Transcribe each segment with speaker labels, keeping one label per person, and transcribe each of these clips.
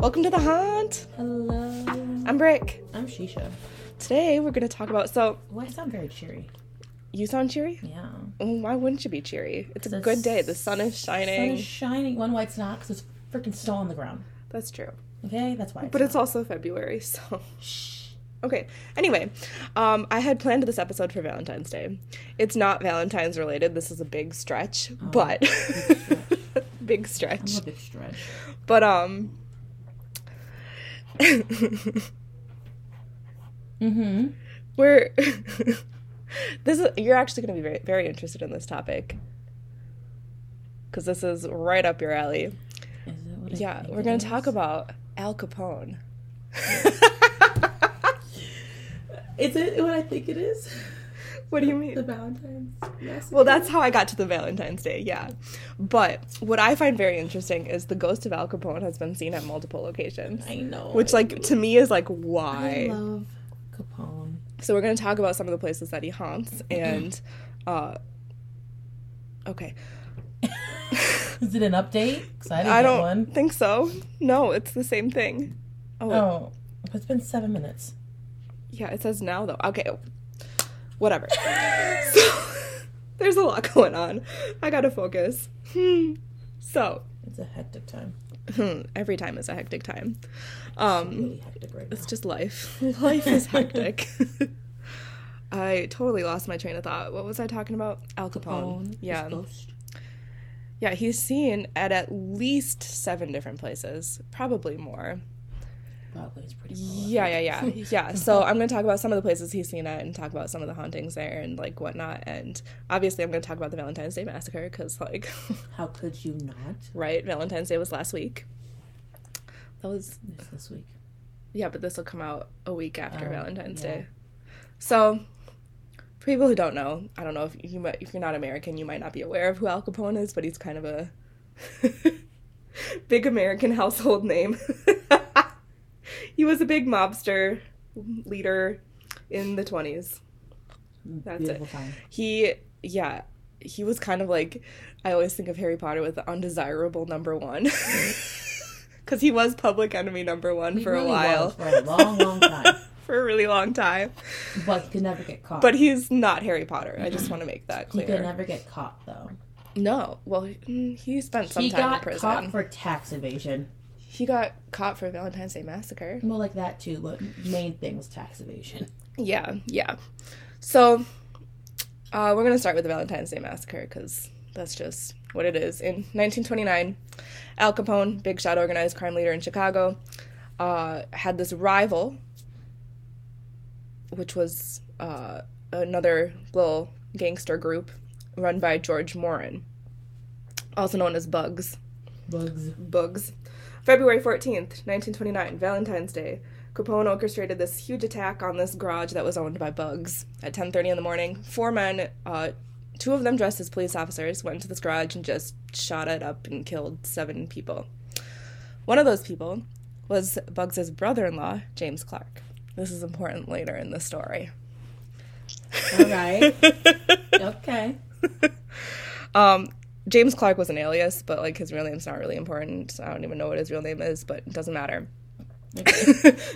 Speaker 1: Welcome to the haunt.
Speaker 2: Hello.
Speaker 1: I'm Brick.
Speaker 2: I'm Shisha.
Speaker 1: Today we're going to talk about. So
Speaker 2: Why sound very cheery?
Speaker 1: you sound cheery?
Speaker 2: Yeah.
Speaker 1: Mm, Why wouldn't you be cheery? It's a
Speaker 2: The
Speaker 1: good day. The sun is
Speaker 2: Sun
Speaker 1: shining.
Speaker 2: is shining. One white's not because it's freaking snow on the ground.
Speaker 1: That's true.
Speaker 2: Okay, that's why.
Speaker 1: But it's also February, so
Speaker 2: Shh.
Speaker 1: okay. Anyway, um, I had planned this episode for Valentine's Day. It's not Valentine's related. This is a big stretch, but big
Speaker 2: Oh. I'm
Speaker 1: stretch.
Speaker 2: a big stretch.
Speaker 1: But um.
Speaker 2: Mm-hmm.
Speaker 1: We're this is you're actually going to be very, very interested in this topic because this is right up your alley.
Speaker 2: Is it what I
Speaker 1: Yeah,
Speaker 2: think
Speaker 1: we're
Speaker 2: it
Speaker 1: going
Speaker 2: is?
Speaker 1: to talk about Al Capone.
Speaker 2: Is it what I think it is?
Speaker 1: what do you
Speaker 2: The
Speaker 1: mean?
Speaker 2: Valentine's. Yes.
Speaker 1: Well, that's how I got to the Valentine's Day, yeah. But what I find very interesting is the ghost of Al Capone has been seen at multiple locations,
Speaker 2: I know.
Speaker 1: which, like, to me is like,
Speaker 2: I
Speaker 1: why?
Speaker 2: love Capone.
Speaker 1: So we're going to talk about some of the places that he haunts and, uh, okay.
Speaker 2: Is it an update? 'Cause I didn't
Speaker 1: I
Speaker 2: get
Speaker 1: don't
Speaker 2: one.
Speaker 1: think so. No, it's the same thing. Oh,
Speaker 2: Oh, it's been seven minutes.
Speaker 1: yeah, it says now though. Okay, oh, whatever. so there's a lot going on. I gotta focus. Hmm. So
Speaker 2: It's a hectic time.
Speaker 1: hmm, every time is a hectic time. Um,
Speaker 2: Really hectic right
Speaker 1: it's just life. Life is hectic. I totally lost my train of thought. What was I talking about? Al Capone.
Speaker 2: Capone,
Speaker 1: yeah.
Speaker 2: his ghost.
Speaker 1: Yeah, he's seen at at least seven different places, probably more.
Speaker 2: Broadway is pretty. prolific.
Speaker 1: Yeah, yeah, yeah, yeah. So I'm going to talk about some of the places he's seen at and talk about some of the hauntings there and like whatnot. And obviously, I'm going to talk about the Valentine's Day massacre because like,
Speaker 2: How could you not?
Speaker 1: right, Valentine's Day was last week. That was
Speaker 2: It's this week.
Speaker 1: yeah, but this will come out a week after
Speaker 2: Oh,
Speaker 1: Valentine's
Speaker 2: yeah.
Speaker 1: Day. So, for people who don't know, I don't know if you might, if you're not American, you might not be aware of who Al Capone is, but he's kind of a big American household name. he was a big mobster leader in the 20s. That's it.
Speaker 2: Beautiful time.
Speaker 1: He, yeah, he was kind of like, I always think of Harry Potter with the undesirable number one. Because he was public enemy number one
Speaker 2: He
Speaker 1: for a
Speaker 2: really
Speaker 1: while.
Speaker 2: was for a long, long time.
Speaker 1: for a really long time.
Speaker 2: But he could never get caught.
Speaker 1: But he's not Harry Potter. I just want to make that
Speaker 2: he could
Speaker 1: clear.
Speaker 2: never get caught though.
Speaker 1: No. Well, he mm, he spent some
Speaker 2: he
Speaker 1: time in
Speaker 2: got
Speaker 1: prison.
Speaker 2: caught for tax evasion.
Speaker 1: He got caught for Valentine's Day massacre.
Speaker 2: Well, like that too. But main thing was tax evasion.
Speaker 1: Yeah, yeah. So, uh, we're gonna start with the Valentine's Day massacre because that's just what it is. In 1929, Al Capone, big shot organized crime leader in Chicago, uh, had this rival, which was uh, another little gangster group run by George Morin, also known as Bugs.
Speaker 2: Bugs.
Speaker 1: Bugs. February 14th, 1929, Valentine's Day. Capone orchestrated this huge attack on this garage that was owned by Bugs. At 10:30 in the morning, four men, uh, two of them dressed as police officers, went to this garage and just shot it up and killed seven people. One of those people was Bugs's brother-in-law, James Clark. This is important later in the story.
Speaker 2: All right. okay.
Speaker 1: James Clark was an alias, but like his real name's not really important. I don't even know what his real name is, but it doesn't matter.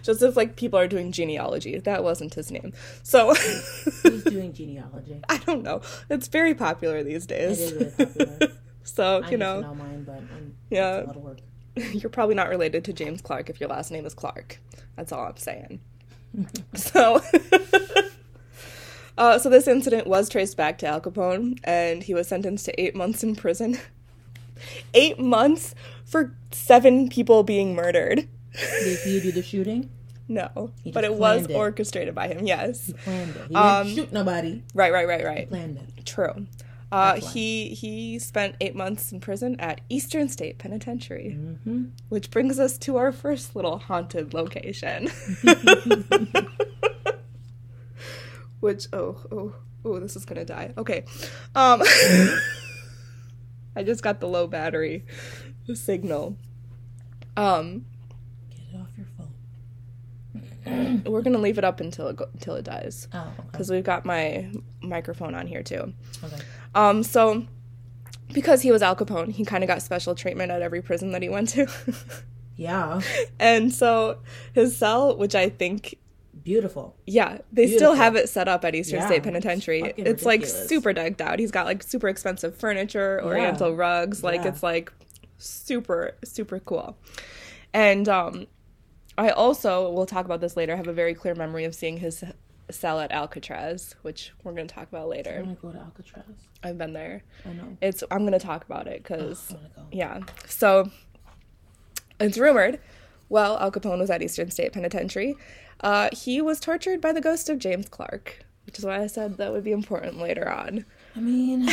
Speaker 1: Just if like people are doing genealogy, that wasn't his name. So
Speaker 2: Who's doing genealogy?
Speaker 1: I don't know. It's very popular these
Speaker 2: It
Speaker 1: days.
Speaker 2: is really popular.
Speaker 1: So
Speaker 2: I
Speaker 1: you
Speaker 2: need
Speaker 1: know,
Speaker 2: to know mine, but I'm,
Speaker 1: Yeah.
Speaker 2: it's a lot of work.
Speaker 1: you're probably not related to James Clark if your last name is Clark. That's all I'm saying. so, uh, so this incident was traced back to Al Capone, and he was sentenced to eight months in prison. Eight months for seven people being murdered.
Speaker 2: Did he do the shooting?
Speaker 1: No,
Speaker 2: He
Speaker 1: but
Speaker 2: just
Speaker 1: it was
Speaker 2: planned it.
Speaker 1: orchestrated by him. Yes,
Speaker 2: Planned it. He didn't
Speaker 1: Um,
Speaker 2: shoot nobody.
Speaker 1: right, right, right, right.
Speaker 2: Planned it.
Speaker 1: True. Uh,
Speaker 2: That's why.
Speaker 1: he he spent eight months in prison at Eastern State Penitentiary,
Speaker 2: Mm-hmm.
Speaker 1: which brings us to our first little haunted location. which oh oh oh this is gonna die. Okay, um, I just got the low battery signal. Um,
Speaker 2: Get it off.
Speaker 1: We're gonna leave it up until it go- until it dies
Speaker 2: Oh, okay.
Speaker 1: because we've got my microphone on here too.
Speaker 2: okay.
Speaker 1: Um, so because he was Al Capone, he kind of got special treatment at every prison that he went to,
Speaker 2: Yeah.
Speaker 1: and so his cell, which I think,
Speaker 2: Beautiful.
Speaker 1: yeah, they still
Speaker 2: Beautiful.
Speaker 1: have it set up at Eastern
Speaker 2: Yeah,
Speaker 1: State
Speaker 2: it's
Speaker 1: Penitentiary. It's,
Speaker 2: fucking
Speaker 1: like
Speaker 2: ridiculous.
Speaker 1: super decked out. He's got like super expensive furniture, Oriental rugs. Like
Speaker 2: Yeah.
Speaker 1: it's like super super cool, and um. I also, we'll talk about this later, have a very clear memory of seeing his cell at Alcatraz, which we're going to talk about
Speaker 2: I
Speaker 1: later.
Speaker 2: want to go to Alcatraz.
Speaker 1: I've been there.
Speaker 2: I know.
Speaker 1: It's I'm gonna talk about it
Speaker 2: I
Speaker 1: because
Speaker 2: want to go.
Speaker 1: yeah. So it's rumored. Well, Al Capone was at Eastern State Penitentiary. Uh, he was tortured by the ghost of James Clark, which is why I said that would be important later on.
Speaker 2: I mean,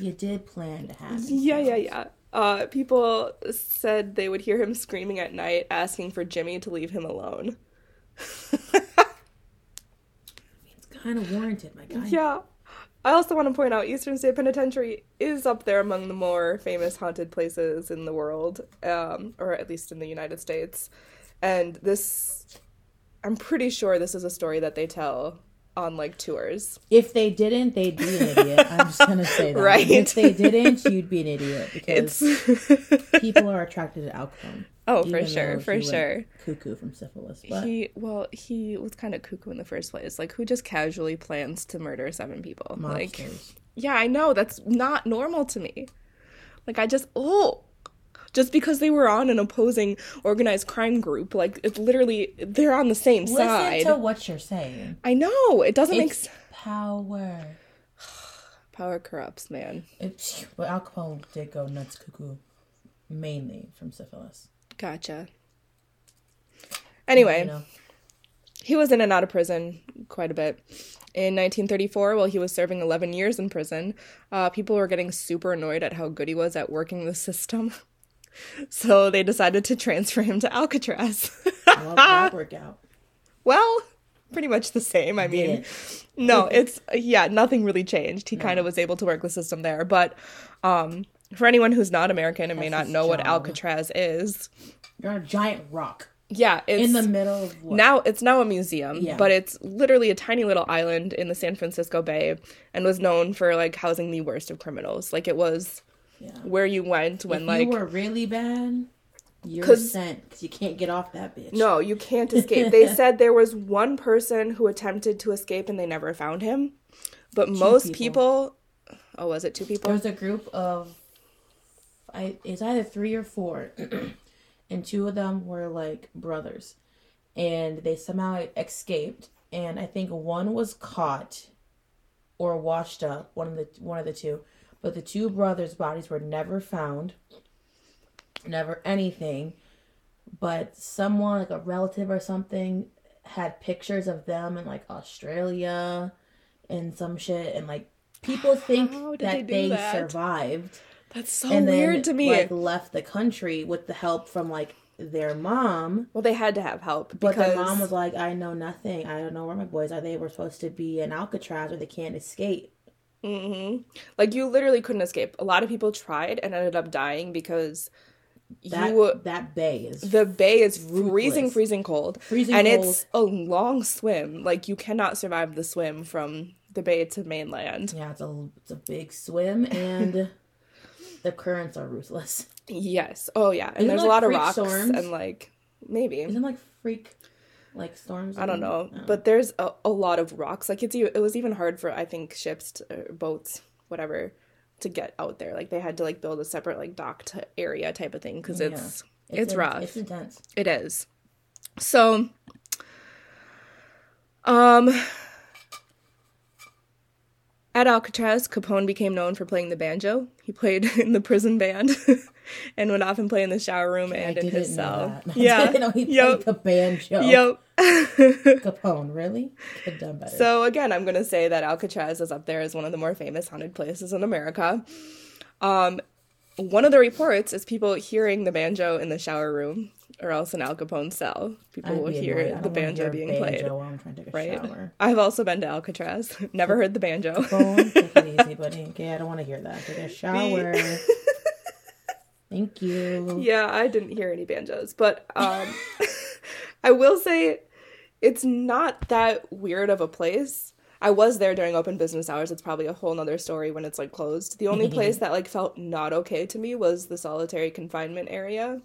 Speaker 2: you did plan to have. it.
Speaker 1: yeah, yeah, yeah. Uh, people said they would hear him screaming at night, asking for Jimmy to leave him alone.
Speaker 2: It's kind of warranted, my guy.
Speaker 1: Yeah. I also want to point out Eastern State Penitentiary is up there among the more famous haunted places in the world, um, or at least in the United States. And this, I'm pretty sure this is a story that they tell on like tours.
Speaker 2: If they didn't, they'd be an idiot. I'm just gonna say that.
Speaker 1: Right.
Speaker 2: If they didn't, you'd be an idiot because
Speaker 1: It's
Speaker 2: people are attracted to alcohol.
Speaker 1: oh, for sure, for sure.
Speaker 2: Cuckoo from syphilis, but
Speaker 1: He well, he was kind of cuckoo in the first place. Like, who just casually plans to murder seven people? Like,
Speaker 2: mobsters.
Speaker 1: Yeah, I know. That's not normal to me. Like, I just, oh, just because they were on an opposing organized crime group, like, it's literally, they're on the same
Speaker 2: Listen
Speaker 1: side.
Speaker 2: to what you're saying.
Speaker 1: I know. It doesn't make
Speaker 2: It's
Speaker 1: sense.
Speaker 2: power.
Speaker 1: Power corrupts, man.
Speaker 2: It's, but Al Capone did go nuts cuckoo, mainly from syphilis.
Speaker 1: Gotcha. Anyway,
Speaker 2: You know,
Speaker 1: he was in and out of prison quite a bit. In 1934, while he was serving 11 years in prison, uh, people were getting super annoyed at how good he was at working the system. So they decided to transfer him to Alcatraz.
Speaker 2: well, that worked out.
Speaker 1: Well, pretty much the same. I mean,
Speaker 2: Didn't.
Speaker 1: no, it's yeah, nothing really changed. He kind of was able to work the system there, but um for anyone who's not American and may
Speaker 2: That's
Speaker 1: not
Speaker 2: his
Speaker 1: know what
Speaker 2: job.
Speaker 1: Alcatraz is,
Speaker 2: You're on a giant rock
Speaker 1: yeah, it's
Speaker 2: in the middle of what?
Speaker 1: now it's now a museum,
Speaker 2: Yeah.
Speaker 1: but it's literally a tiny little island in the San Francisco Bay and was known for like housing the worst of criminals. Like it was
Speaker 2: yeah.
Speaker 1: where you went when
Speaker 2: If
Speaker 1: like
Speaker 2: you were really bad, you're
Speaker 1: 'Cause-
Speaker 2: sent because you can't get off that bitch.
Speaker 1: no, you can't escape. they said there was one person who attempted to escape and they never found him. But most people. oh, was it two people?
Speaker 2: There's a group of, I it's either three or four, and two of them were like brothers, and they somehow escaped. And I think one was caught, or washed up. One of the one of the two, but the two brothers' bodies were never found. Never anything, but someone like a relative or something had pictures of them in like Australia, and some shit, and like people think
Speaker 1: How did
Speaker 2: that
Speaker 1: they do
Speaker 2: they
Speaker 1: that?
Speaker 2: survived
Speaker 1: That's so
Speaker 2: and
Speaker 1: weird
Speaker 2: then
Speaker 1: to me.
Speaker 2: like left the country with the help from like their mom
Speaker 1: well, they had to have help
Speaker 2: but
Speaker 1: because
Speaker 2: their mom was like i know nothing i don't know where my boys are they were supposed to be in alcatraz or they can't escape
Speaker 1: like you literally couldn't escape. A lot of people tried and ended up dying because
Speaker 2: that
Speaker 1: you
Speaker 2: that bay is
Speaker 1: the bay is freezing,
Speaker 2: Ruthless.
Speaker 1: freezing cold,
Speaker 2: Freezing
Speaker 1: and it's a long swim. Like you cannot survive the swim from the bay to mainland.
Speaker 2: yeah it's a it's a big swim and the currents are ruthless
Speaker 1: Yes. Oh yeah. And
Speaker 2: Isn't,
Speaker 1: there's
Speaker 2: like,
Speaker 1: a lot of
Speaker 2: freak
Speaker 1: rocks
Speaker 2: storms?
Speaker 1: and like maybe
Speaker 2: isn't like freak like storms
Speaker 1: I don't know, but there's a, a lot of rocks. Like it's e- it was even hard for I think ships, to, or boats, whatever, to get out there. Like they had to like build a separate like dock t- area type of thing because it's, it's
Speaker 2: in-
Speaker 1: rough.
Speaker 2: it's intense
Speaker 1: It is. So, um, at Alcatraz, Capone became known for playing the banjo. He played in the prison band and would often play in the shower room and
Speaker 2: i
Speaker 1: in his
Speaker 2: didn't know
Speaker 1: cell.
Speaker 2: that I
Speaker 1: Yeah.
Speaker 2: didn't know he played
Speaker 1: Yep.
Speaker 2: the banjo
Speaker 1: Yep.
Speaker 2: capone really could have done better
Speaker 1: So again, I'm going to say that Alcatraz is up there as one of the more famous haunted places in America. Um, one of the reports is people hearing the banjo in the shower room, or else in Al Capone's cell. People
Speaker 2: I'd
Speaker 1: will
Speaker 2: be
Speaker 1: hear
Speaker 2: annoyed. I
Speaker 1: the
Speaker 2: don't wanna
Speaker 1: banjo
Speaker 2: hear
Speaker 1: being
Speaker 2: banjo
Speaker 1: played.
Speaker 2: While I'm trying to take a
Speaker 1: Right.
Speaker 2: shower.
Speaker 1: I've also been to Alcatraz. Never heard the banjo.
Speaker 2: Phone, take it easy, buddy. Okay, I don't want to hear that. Take a shower. Thank you.
Speaker 1: yeah, I didn't hear any banjos, but um, I will say it's not that weird of a place. I was there during open business hours. It's probably a whole nother story when it's like closed. The only place that like felt not okay to me was the solitary confinement area.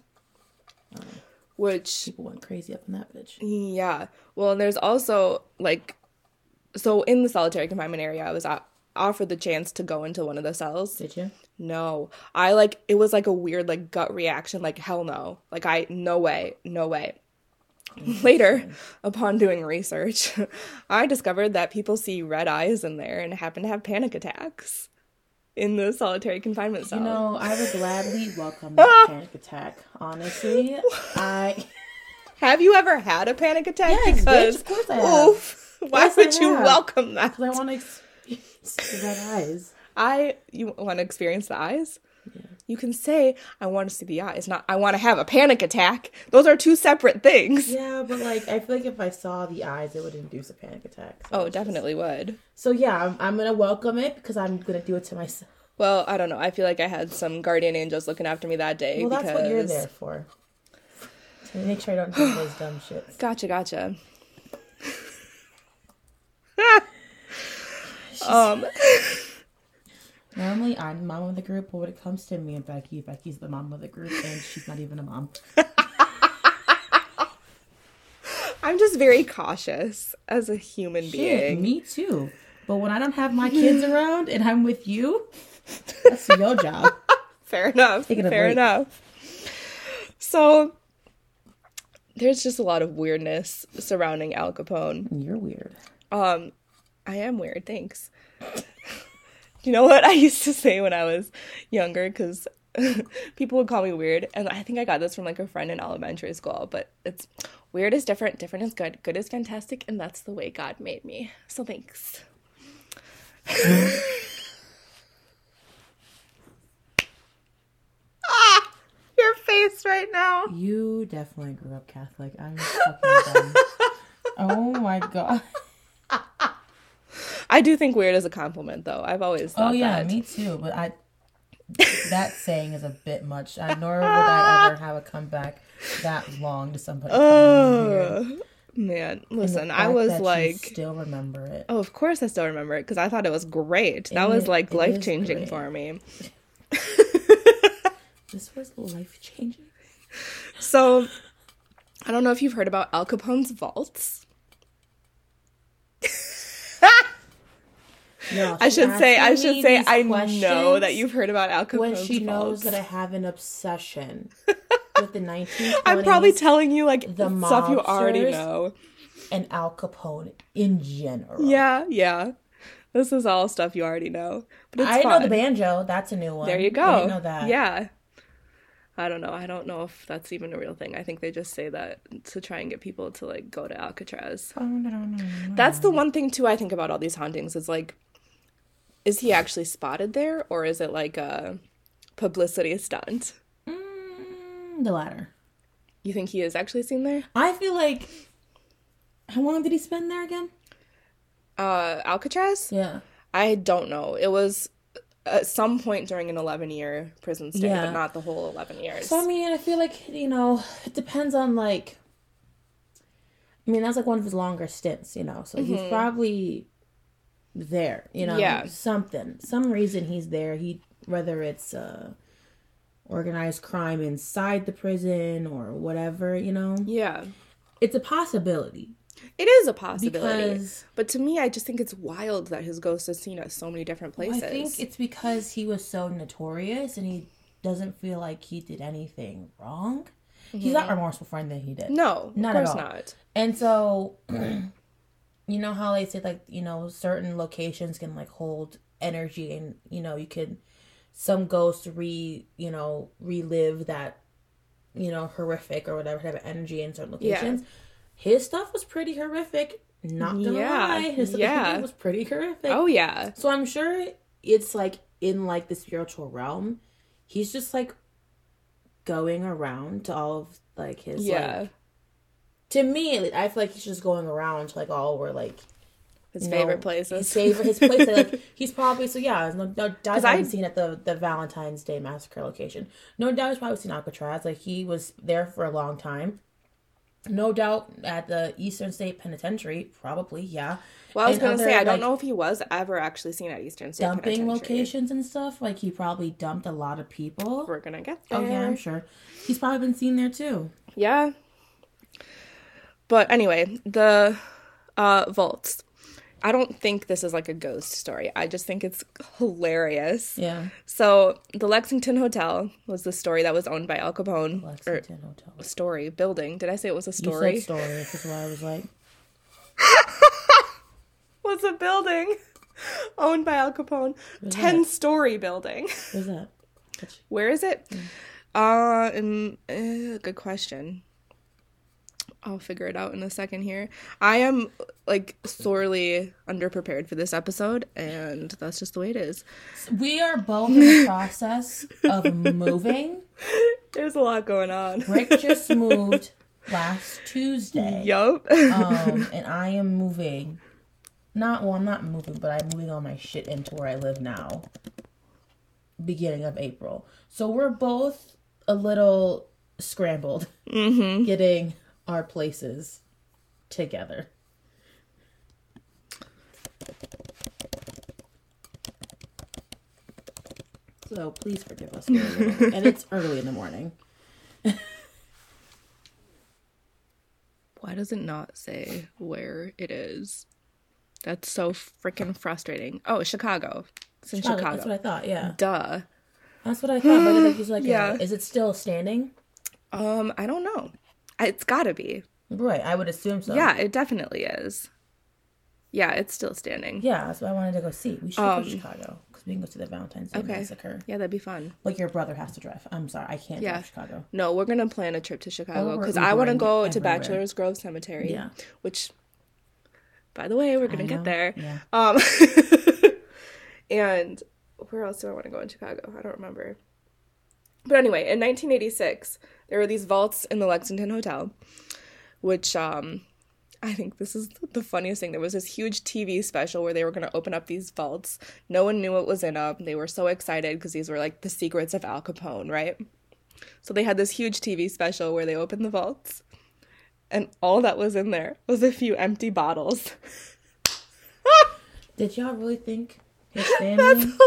Speaker 1: Which
Speaker 2: People went crazy up in that bitch.
Speaker 1: yeah. Well, and there's also like, so in the solitary confinement area, I was o- offered the chance to go into one of the cells.
Speaker 2: Did you?
Speaker 1: No, I like it was like a weird like gut reaction. Like hell no. Like I no way, no way.
Speaker 2: Mm-hmm.
Speaker 1: Later, upon doing research, I discovered that people see red eyes in there and happen to have panic attacks in the solitary confinement cell.
Speaker 2: You know, I would gladly welcome that panic attack. Honestly, I
Speaker 1: have you ever had a panic attack?
Speaker 2: Yes, bitch, of course I have.
Speaker 1: Oof, why
Speaker 2: Yes, I
Speaker 1: would you
Speaker 2: have.
Speaker 1: welcome that?
Speaker 2: because I want to experience red eyes.
Speaker 1: I you want to experience the eyes? You can say I want to see the eyes, not I want to have a panic attack. Those are two separate things.
Speaker 2: Yeah, but like I feel like if I saw the eyes, it would induce a panic attack. So.
Speaker 1: Oh, definitely would.
Speaker 2: So yeah, I'm, I'm gonna welcome it because I'm gonna do it to myself.
Speaker 1: Well, I don't know. I feel like I had some guardian angels looking after me that day
Speaker 2: Well,
Speaker 1: because
Speaker 2: that's what you're there for. To make sure I don't do those dumb shits.
Speaker 1: Gotcha, gotcha. Um,
Speaker 2: Normally, I'm mom of the group, but when it comes to me and Becky, Becky's the mom of the group, and she's not even a mom.
Speaker 1: I'm just very cautious as a human
Speaker 2: Shit,
Speaker 1: being.
Speaker 2: me too. But when I don't have my kids around and I'm with you, that's your job.
Speaker 1: Fair enough.
Speaker 2: Taking a
Speaker 1: Fair
Speaker 2: break.
Speaker 1: enough. So there's just a lot of weirdness surrounding Al Capone.
Speaker 2: You're weird.
Speaker 1: Um, I am weird. Thanks. you know what I used to say when I was younger? Because people would call me weird, and I think I got this from like a friend in elementary school. But it's weird is different, different is good, good is fantastic, and that's the way God made me. So thanks. ah, your face right now.
Speaker 2: You definitely grew up Catholic. I'm fucking done. Oh my god.
Speaker 1: I do think weird is a compliment, though. I've always
Speaker 2: Oh
Speaker 1: thought
Speaker 2: yeah,
Speaker 1: that.
Speaker 2: me too. But I that saying is a bit much. I, nor would I ever have a comeback that long to somebody. calling me weird.
Speaker 1: Ugh, man,
Speaker 2: And the
Speaker 1: listen, Oh, I
Speaker 2: fact
Speaker 1: was
Speaker 2: that you
Speaker 1: like,
Speaker 2: still remember it.
Speaker 1: oh, of course I still remember it because I thought it was great. That
Speaker 2: It-
Speaker 1: was like
Speaker 2: it is
Speaker 1: life changing
Speaker 2: great.
Speaker 1: for me.
Speaker 2: This was life changing.
Speaker 1: So, I don't know if you've heard about Al Capone's vaults.
Speaker 2: No,
Speaker 1: I
Speaker 2: she's
Speaker 1: should say, I
Speaker 2: asking
Speaker 1: should
Speaker 2: me
Speaker 1: say,
Speaker 2: these
Speaker 1: I know
Speaker 2: questions
Speaker 1: that you've heard about Al Capone's
Speaker 2: when she knows
Speaker 1: vaults.
Speaker 2: that I have an obsession with the 1920s
Speaker 1: I'm probably telling you like
Speaker 2: the
Speaker 1: stuff you already
Speaker 2: mobsters.
Speaker 1: know.
Speaker 2: and Al Capone in general.
Speaker 1: Yeah, yeah. This is all stuff you already know. But it's
Speaker 2: I didn't
Speaker 1: fun.
Speaker 2: know the banjo. That's a new one.
Speaker 1: There you go.
Speaker 2: I didn't know that.
Speaker 1: Yeah. I don't know. I don't know if that's even a real thing. I think they just say that to try and get people to like go to Alcatraz.
Speaker 2: Mm,
Speaker 1: That's the one thing too I think about all these hauntings is like is he actually spotted there or is it like a publicity stunt?
Speaker 2: Mm, the latter.
Speaker 1: You think he is actually seen there?
Speaker 2: I feel like. How long did he spend there again?
Speaker 1: Uh Alcatraz?
Speaker 2: Yeah.
Speaker 1: I don't know. It was at some point during an 11-year prison stay, but
Speaker 2: Yeah.
Speaker 1: not the whole 11 years.
Speaker 2: So I mean, I feel like you know, it depends on like. I mean, that's like one of his longer stints, you know. So he's probably there, you know.
Speaker 1: Mm-hmm. Yeah.
Speaker 2: Something, some reason he's there. He whether it's uh, organized crime inside the prison or whatever, you know.
Speaker 1: yeah.
Speaker 2: It's a possibility
Speaker 1: It is a possibility.
Speaker 2: because
Speaker 1: But to me, I just think it's wild that his ghost is seen at so many different places.
Speaker 2: I think it's because he was so notorious and he doesn't feel like he did anything wrong. He's not remorseful for anything he did.
Speaker 1: no,
Speaker 2: Not
Speaker 1: of
Speaker 2: at
Speaker 1: course
Speaker 2: all.
Speaker 1: not.
Speaker 2: And so, you know how they say like you know certain locations can like hold energy, and you know you can some ghosts re you know relive that you know horrific or whatever type of energy in certain
Speaker 1: Yeah.
Speaker 2: locations. His stuff was pretty horrific. Not gonna
Speaker 1: Yeah,
Speaker 2: lie, his stuff
Speaker 1: yeah.
Speaker 2: that he did was pretty horrific.
Speaker 1: Oh yeah,
Speaker 2: So I'm sure it's like in like the spiritual realm, he's just like going around to all of like his
Speaker 1: yeah.
Speaker 2: like to me, like, I feel like he's just going around to like all where like
Speaker 1: his
Speaker 2: you
Speaker 1: favorite
Speaker 2: know,
Speaker 1: places.
Speaker 2: his favorite his place. like he's probably so yeah. there's No, no doubt
Speaker 1: I-
Speaker 2: I've seen at the the Valentine's Day massacre location. No doubt he's probably seen Alcatraz. Like he was there for a long time. no doubt at the Eastern State Penitentiary, probably, yeah.
Speaker 1: Well, I was
Speaker 2: And
Speaker 1: gonna say
Speaker 2: other,
Speaker 1: I don't
Speaker 2: like,
Speaker 1: know if he was ever actually seen at Eastern State
Speaker 2: Dumping
Speaker 1: Penitentiary.
Speaker 2: locations and stuff. Like he probably dumped a lot of people.
Speaker 1: We're gonna get there.
Speaker 2: Oh yeah, I'm sure. He's probably been seen there too.
Speaker 1: Yeah. But anyway, the uh vaults. I don't think this is like a ghost story. I just think it's hilarious.
Speaker 2: Yeah.
Speaker 1: So, the Lexington Hotel was the story that was owned by Al Capone. Or
Speaker 2: Lexington Hotel.
Speaker 1: story building. Did I say it was a
Speaker 2: Er, Story.
Speaker 1: story?
Speaker 2: You said story, which is why I was like,
Speaker 1: was a building owned by Al Capone. 10 story building.
Speaker 2: "Where's that?"
Speaker 1: Where is it? Uh, um, eh, good question. I'll figure it out in a second here. I am like sorely underprepared for this episode, and that's just the way it is.
Speaker 2: We are both in the process of moving.
Speaker 1: There's a lot going on.
Speaker 2: Rick just moved last Tuesday.
Speaker 1: Yup.
Speaker 2: Um, and I am moving. Not well, I'm not moving, but I'm moving all my shit into where I live now. Beginning of April. So we're both a little scrambled
Speaker 1: Mm-hmm.
Speaker 2: getting our places together. So please forgive us. for a little- and it's early in the morning.
Speaker 1: Why does it not say where it is? That's so freaking frustrating. Oh, Chicago. It's in Chicago.
Speaker 2: That's what I thought, yeah.
Speaker 1: Duh.
Speaker 2: That's what I thought. But it was like,
Speaker 1: Yeah.
Speaker 2: yeah. is it still standing?
Speaker 1: Um, I don't know. It's gotta be.
Speaker 2: Right, I would assume so.
Speaker 1: Yeah, it definitely is. Yeah, it's still standing.
Speaker 2: Yeah, that's what I wanted to go see. We should go to Chicago because we can go see the Valentine's Day
Speaker 1: Um, okay.
Speaker 2: massacre.
Speaker 1: Yeah, that'd be fun.
Speaker 2: Like your brother has to drive. I'm sorry, I can't
Speaker 1: Yeah.
Speaker 2: drive to Chicago. Oh,
Speaker 1: No, we're gonna plan a trip to Chicago
Speaker 2: we're
Speaker 1: because I want to
Speaker 2: Ubering
Speaker 1: go to
Speaker 2: everywhere.
Speaker 1: Bachelor's Grove Cemetery.
Speaker 2: Yeah.
Speaker 1: Which, by the way, we're gonna get
Speaker 2: know,
Speaker 1: there.
Speaker 2: yeah.
Speaker 1: Um, and where else do I want to go in Chicago? I don't remember. But anyway, in 1986, there were these vaults in the Lexington Hotel, which um, I think this is the funniest thing. There was this huge TV special where they were going to open up these vaults. No one knew what was in them. They were so excited because these were like the secrets of Al Capone, right? So they had this huge TV special where they opened the vaults, and all that was in there was a few empty bottles.
Speaker 2: Did y'all really think his
Speaker 1: That's
Speaker 2: family,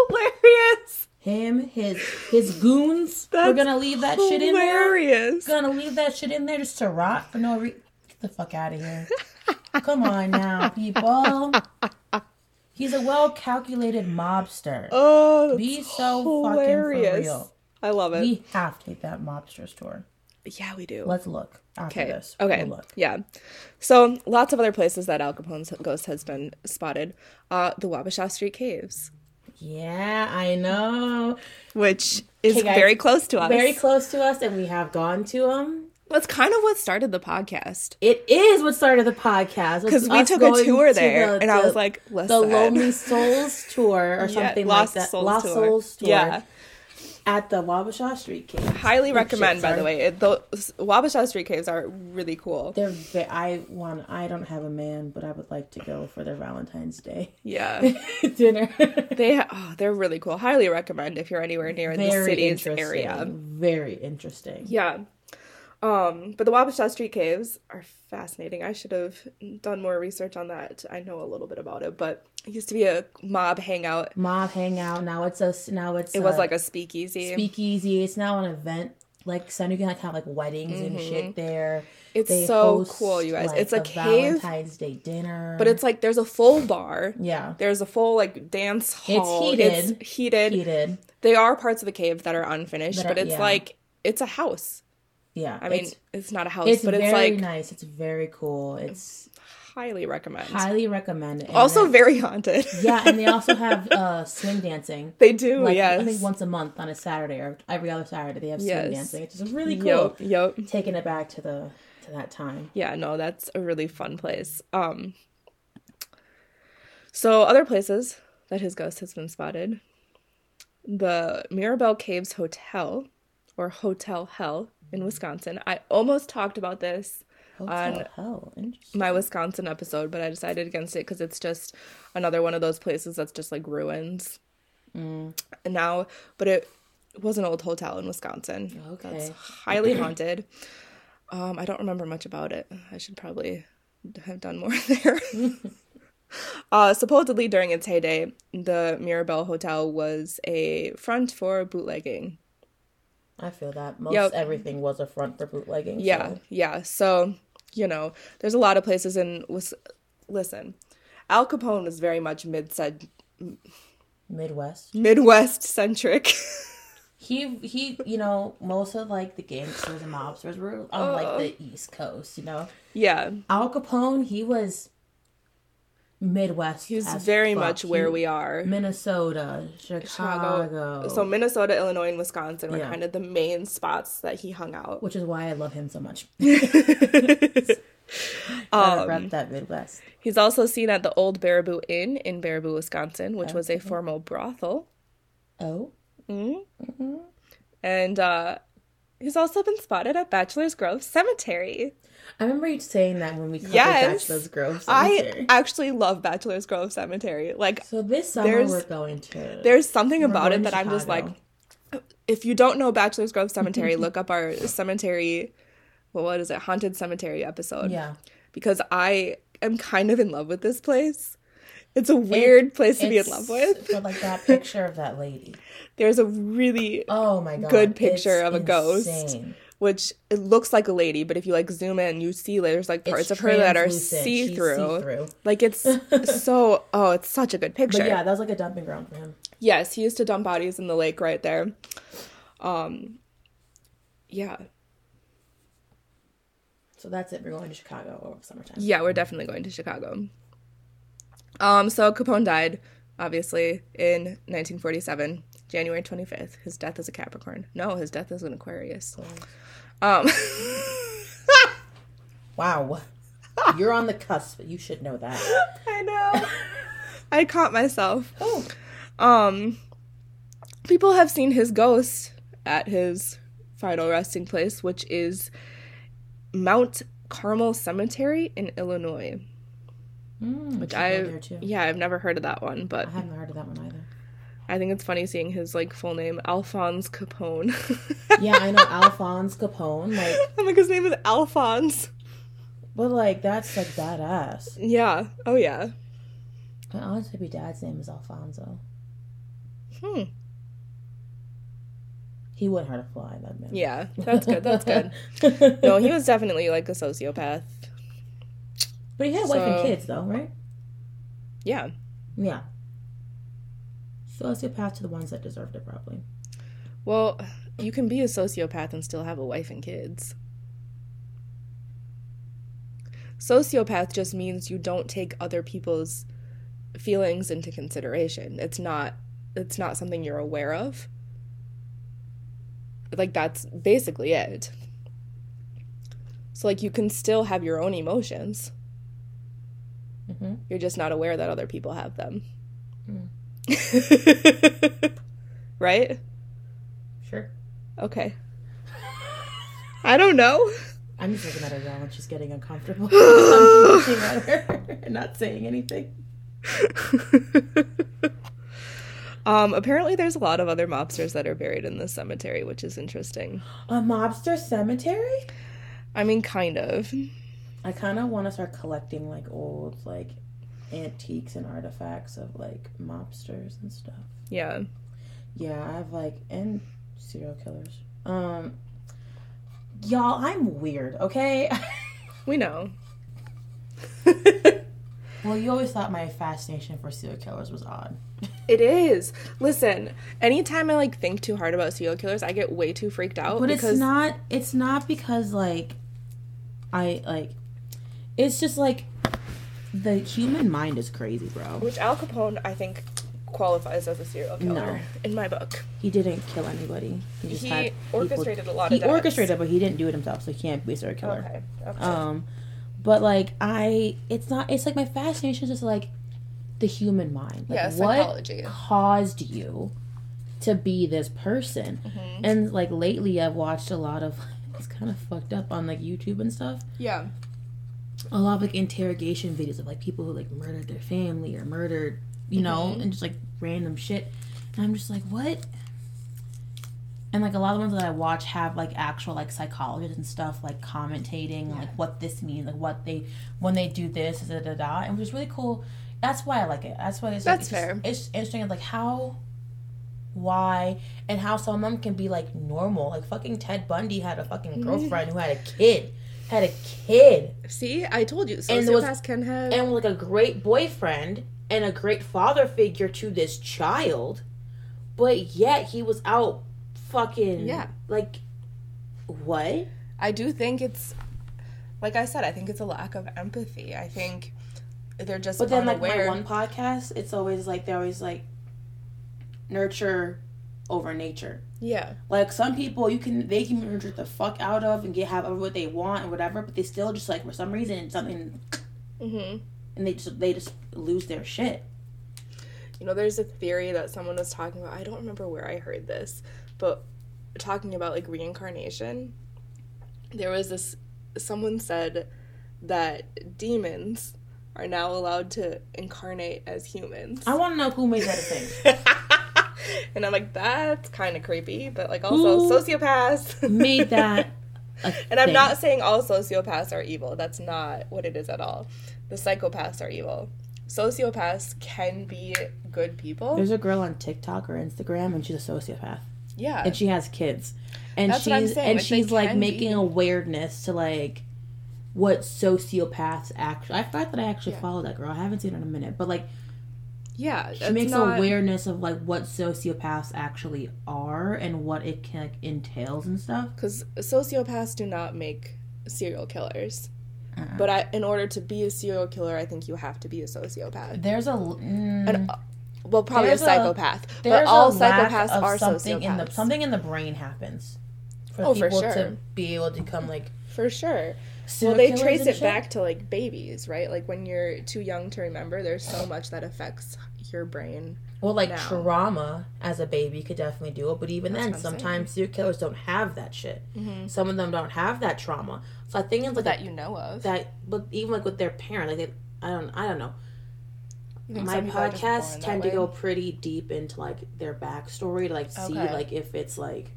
Speaker 1: hilarious.
Speaker 2: him, his his goons
Speaker 1: That's
Speaker 2: were gonna leave that shit in there?
Speaker 1: hilarious.
Speaker 2: Gonna leave that shit in there just to rot for no reason? Get the fuck out of here! Come on now, people. He's a well-calculated mobster.
Speaker 1: Oh, that's
Speaker 2: Be so fucking
Speaker 1: hilarious.
Speaker 2: for real.
Speaker 1: I love it.
Speaker 2: We have to hit that mobster store.
Speaker 1: yeah, we do.
Speaker 2: Let's look after
Speaker 1: Okay.
Speaker 2: this.
Speaker 1: Okay.
Speaker 2: We'll look.
Speaker 1: Yeah. So lots of other places that Al Capone's ghost has been spotted. Uh, the Wabasha Street Caves,
Speaker 2: Yeah, I know.
Speaker 1: which is
Speaker 2: Hey, guys.
Speaker 1: very close to us.
Speaker 2: Very close to us, and we have gone to them.
Speaker 1: That's kind of what started the podcast.
Speaker 2: It is what started the podcast was
Speaker 1: Because we
Speaker 2: us
Speaker 1: took a
Speaker 2: going
Speaker 1: tour
Speaker 2: to
Speaker 1: there,
Speaker 2: the-
Speaker 1: and I
Speaker 2: the-
Speaker 1: was like, listen.
Speaker 2: the Lonely Souls tour or
Speaker 1: Yeah,
Speaker 2: something
Speaker 1: Lost
Speaker 2: like that.
Speaker 1: Souls
Speaker 2: Lost
Speaker 1: tour.
Speaker 2: Souls tour.
Speaker 1: Yeah.
Speaker 2: At the Wabasha Street Cave.
Speaker 1: Highly recommend, by
Speaker 2: sorry.
Speaker 1: the way. It, those Wabasha Street Caves are really cool.
Speaker 2: They're ve- I want. I don't have a man, but I would like to go for their Valentine's Day
Speaker 1: Yeah.
Speaker 2: dinner.
Speaker 1: They ha- oh, they're really cool. Highly recommend if you're anywhere near the city's area.
Speaker 2: Very interesting.
Speaker 1: Yeah. Um, but the Wabasha Street Caves are fascinating. I should have done more research on that. I know a little bit about it, but it used to be a mob hangout.
Speaker 2: Mob hangout. Now it's a now it's
Speaker 1: It was like a speakeasy.
Speaker 2: speakeasy. It's now an event like so now you can like have like weddings and shit there.
Speaker 1: Mm-hmm. It's so cool, you guys. It's a cave-
Speaker 2: Valentine's Day dinner,
Speaker 1: but it's like there's a full bar.
Speaker 2: yeah,
Speaker 1: There's a full like dance hall.
Speaker 2: heated.
Speaker 1: It's heated.
Speaker 2: heated.
Speaker 1: They are parts of the cave that are unfinished,
Speaker 2: That are-
Speaker 1: but it's
Speaker 2: yeah.
Speaker 1: like it's a house.
Speaker 2: Yeah,
Speaker 1: I mean,
Speaker 2: it's,
Speaker 1: it's, not a house,
Speaker 2: it's
Speaker 1: but it's
Speaker 2: very
Speaker 1: like
Speaker 2: nice. It's very cool. It's
Speaker 1: highly recommend.
Speaker 2: highly recommended. And
Speaker 1: also
Speaker 2: it-
Speaker 1: very haunted.
Speaker 2: yeah, and they also have uh swing dancing.
Speaker 1: They do,
Speaker 2: Like,
Speaker 1: Oh, yes.
Speaker 2: I think once a month on a Saturday or every other Saturday they have swing
Speaker 1: Yes.
Speaker 2: dancing. It's just really cool.
Speaker 1: Yup, yup.
Speaker 2: Taking it back to the to that time.
Speaker 1: Yeah, no, that's a really fun place. Um So other places that his ghost has been spotted. The Mirabelle Caves Hotel or Hotel Hell in Wisconsin. I almost talked about this Uh,
Speaker 2: Hotel hell, interesting.
Speaker 1: my Wisconsin episode, but I decided against it cuz it's just another one of those places that's just like ruins. And now, but it was an old hotel in Wisconsin.
Speaker 2: Okay.
Speaker 1: That's highly haunted. Um, I don't remember much about it. I should probably have done more there. uh, supposedly, during its heyday, the Mirabelle Hotel was a front for bootlegging.
Speaker 2: I feel that most
Speaker 1: Yep.
Speaker 2: everything was a front for bootlegging.
Speaker 1: Yeah,
Speaker 2: so-
Speaker 1: yeah. So, you know, there's a lot of places in. Wis- Listen, Al Capone was very much mid
Speaker 2: Midwest.
Speaker 1: Midwest centric.
Speaker 2: He he. You know, most of like the gangsters and mobsters were on like the East Coast. You know,
Speaker 1: yeah,
Speaker 2: Al Capone. He was Midwest.
Speaker 1: he was
Speaker 2: as
Speaker 1: very
Speaker 2: fuck.
Speaker 1: much
Speaker 2: He-
Speaker 1: where we are.
Speaker 2: Minnesota, Chicago,
Speaker 1: So Minnesota, Illinois, and Wisconsin were
Speaker 2: Yeah.
Speaker 1: kind of the main spots that he hung out.
Speaker 2: which is why I love him so much. I
Speaker 1: Um,
Speaker 2: rep that Midwest.
Speaker 1: he's also seen at the old Baraboo Inn in Baraboo, Wisconsin, which was a formal brothel.
Speaker 2: Oh,
Speaker 1: And uh, he's also been spotted at Bachelor's Grove Cemetery.
Speaker 2: I remember you saying that when we covered
Speaker 1: Yes.
Speaker 2: Bachelor's Grove.
Speaker 1: I
Speaker 2: Cemetery.
Speaker 1: actually love Bachelor's Grove Cemetery. Like,
Speaker 2: so this summer
Speaker 1: There's-
Speaker 2: we're going to.
Speaker 1: there's something about
Speaker 2: going
Speaker 1: it
Speaker 2: to
Speaker 1: that I'm just like,
Speaker 2: Chicago.
Speaker 1: if you don't know Bachelor's Grove Cemetery, look up our cemetery, well, what is it? Haunted Cemetery episode.
Speaker 2: yeah,
Speaker 1: Because I am kind of in love with this place. It's a weird place to be in
Speaker 2: It's-
Speaker 1: love with.
Speaker 2: But like that picture of that lady.
Speaker 1: There's a really
Speaker 2: Oh my god.
Speaker 1: Good picture
Speaker 2: it's
Speaker 1: of a ghost.
Speaker 2: insane.
Speaker 1: which it looks like a lady, but if you like zoom in, you see there's like parts
Speaker 2: It's
Speaker 1: of her that are
Speaker 2: translucent. She's
Speaker 1: see through.
Speaker 2: see-through.
Speaker 1: Like it's so oh, it's such a good picture.
Speaker 2: But yeah, that was like a dumping ground for him.
Speaker 1: Yes, he used to dump bodies in the lake right there. Um yeah.
Speaker 2: So that's it. We're going to Chicago over the summertime.
Speaker 1: Yeah, we're definitely going to Chicago. Um so Capone died obviously in 1947, January 25th. His death is a Capricorn. No, his death is an Aquarius. Um
Speaker 2: Wow. You're on the cusp. You should know that.
Speaker 1: I know. I caught myself.
Speaker 2: Oh.
Speaker 1: Um, people have seen his ghost at his final resting place, which is Mount Carmel Cemetery in Illinois.
Speaker 2: which
Speaker 1: Mm, I
Speaker 2: there too.
Speaker 1: yeah, I've never heard of that one, but
Speaker 2: I haven't heard of that one either.
Speaker 1: I think it's funny seeing his like full name, Alphonse Capone.
Speaker 2: Yeah, I know Alphonse Capone. Like,
Speaker 1: I'm like his name is Alphonse.
Speaker 2: but like that's like badass.
Speaker 1: Yeah. Oh yeah.
Speaker 2: My aunt's baby dad's name is Alfonso.
Speaker 1: Hmm.
Speaker 2: He wouldn't hurt a fly. That man.
Speaker 1: Yeah. That's good. That's good.
Speaker 2: good.
Speaker 1: No, he was definitely like a sociopath.
Speaker 2: but he had a wife and
Speaker 1: So-
Speaker 2: kids though, right?
Speaker 1: Yeah.
Speaker 2: Yeah. So let's get past to the ones that deserved it, probably.
Speaker 1: Well, you can be a sociopath and still have a wife and kids. Sociopath just means you don't take other people's feelings into consideration. It's not it's not something you're aware of. Like that's basically it. So like you can still have your own emotions.
Speaker 2: Mm-hmm.
Speaker 1: You're just not aware that other people have them.
Speaker 2: Mm.
Speaker 1: right?
Speaker 2: Sure.
Speaker 1: Okay. I don't know.
Speaker 2: I'm just looking at her now and she's getting uncomfortable. I'm looking at her and not saying anything.
Speaker 1: um, apparently, there's a lot of other mobsters that are buried in this cemetery, which is interesting.
Speaker 2: A mobster cemetery?
Speaker 1: I mean, kind of.
Speaker 2: I kind of want to start collecting like old, like antiques and artifacts of like mobsters and stuff.
Speaker 1: Yeah.
Speaker 2: Yeah, I have like and serial killers. Um, y'all, I'm weird. Okay.
Speaker 1: We know.
Speaker 2: well, you always thought my fascination for serial killers was odd.
Speaker 1: It is. Listen, anytime I like think too hard about serial killers, I get way too freaked out
Speaker 2: but
Speaker 1: Oh, because
Speaker 2: it's not it's not because like i like it's just like the human mind is crazy bro
Speaker 1: which Al Capone I think qualifies as a serial killer in my book.
Speaker 2: he didn't kill anybody he just
Speaker 1: He
Speaker 2: had people-
Speaker 1: orchestrated a lot of
Speaker 2: he
Speaker 1: deaths.
Speaker 2: orchestrated but he didn't do it himself so he can't be a serial killer
Speaker 1: Okay. okay.
Speaker 2: um but like i it's not it's like my fascination is just like the human mind like
Speaker 1: Yeah,
Speaker 2: what
Speaker 1: psychology.
Speaker 2: caused you to be this person
Speaker 1: Mm-hmm.
Speaker 2: and like lately i've watched a lot of it's kind of fucked up on like youtube and stuff
Speaker 1: yeah.
Speaker 2: a lot of like interrogation videos of like people who like murdered their family or murdered, you know, and just like random shit. And I'm just like, what? and like a lot of the ones that I watch have like actual like psychologists and stuff like commentating like what this means like what they when they do this da da da and which is really cool. That's why I like it. That's why it's like,
Speaker 1: That's
Speaker 2: it's just-
Speaker 1: fair.
Speaker 2: it's just interesting like how, why, and how some of them can be like normal. Like fucking Ted Bundy had a fucking girlfriend who had a kid, had a kid,
Speaker 1: See, I told you,
Speaker 2: And there was-
Speaker 1: sociopaths can have.
Speaker 2: and like a great boyfriend and a great father figure to this child, but yet he was out fucking
Speaker 1: Yeah.
Speaker 2: like what?
Speaker 1: I do think it's, like I said, I think it's a lack of empathy. I think they're just
Speaker 2: But then like
Speaker 1: unaware.
Speaker 2: my one podcast, it's always like they're always like nurture over nature.
Speaker 1: yeah,
Speaker 2: Like some people you can they can nurture the fuck out of and get have what they want and whatever, but they still just like for some reason something
Speaker 1: hmm
Speaker 2: and they just they just lose their shit.
Speaker 1: you know, there's a theory that someone was talking about. I don't remember where I heard this, but talking about like reincarnation. There was this. Someone said that demons are now allowed to incarnate as humans.
Speaker 2: I wanna know who made that a thing.
Speaker 1: and I'm like, that's kind of creepy, but like also
Speaker 2: Who
Speaker 1: sociopaths
Speaker 2: made that a
Speaker 1: And I'm
Speaker 2: thing?
Speaker 1: not saying all sociopaths are evil. That's not what it is at all. The psychopaths are evil. Sociopaths can be good people.
Speaker 2: There's a girl on TikTok or Instagram, and she's a sociopath,
Speaker 1: yeah.
Speaker 2: and she has kids, and
Speaker 1: That's what I'm
Speaker 2: she's
Speaker 1: saying,
Speaker 2: and
Speaker 1: like, they
Speaker 2: she's like
Speaker 1: can be-
Speaker 2: making awareness to like what sociopaths actually. I thought that I actually
Speaker 1: Yeah.
Speaker 2: followed that girl. I haven't seen her in a minute, but like
Speaker 1: yeah.
Speaker 2: she
Speaker 1: that's
Speaker 2: makes
Speaker 1: not-
Speaker 2: awareness of like what sociopaths actually are and what it can, like, entails and stuff.
Speaker 1: because sociopaths do not make serial killers.
Speaker 2: Uh-uh.
Speaker 1: But I, in order to be a serial killer, I think you have to be a sociopath.
Speaker 2: There's a l- mm,
Speaker 1: And uh, well, probably
Speaker 2: There's
Speaker 1: a
Speaker 2: a-
Speaker 1: psychopath. but
Speaker 2: there's
Speaker 1: all
Speaker 2: a lack
Speaker 1: psychopaths
Speaker 2: of
Speaker 1: are
Speaker 2: something
Speaker 1: sociopaths.
Speaker 2: in the something in the brain happens for
Speaker 1: Oh, for
Speaker 2: people
Speaker 1: sure.
Speaker 2: to be able to become like.
Speaker 1: For sure. Well,
Speaker 2: serial
Speaker 1: they
Speaker 2: killers
Speaker 1: trace
Speaker 2: and
Speaker 1: it
Speaker 2: shit.
Speaker 1: back to like babies, right? Like when you're too young to remember, there's so much that affects your brain.
Speaker 2: Well, like
Speaker 1: now.
Speaker 2: trauma as a baby could definitely do it, but even
Speaker 1: That's
Speaker 2: then,
Speaker 1: what I'm saying. Mm-hmm.
Speaker 2: sometimes serial killers don't have that shit. Some of them don't have that trauma. So I think it's like
Speaker 1: that
Speaker 2: that,
Speaker 1: you know of.
Speaker 2: that but even like with their parent, like they, I don't, I don't know.
Speaker 1: You think
Speaker 2: My
Speaker 1: some people are just
Speaker 2: podcasts
Speaker 1: born that
Speaker 2: tend to
Speaker 1: way?
Speaker 2: go pretty deep into like their backstory to like see
Speaker 1: Okay.
Speaker 2: like if it's like,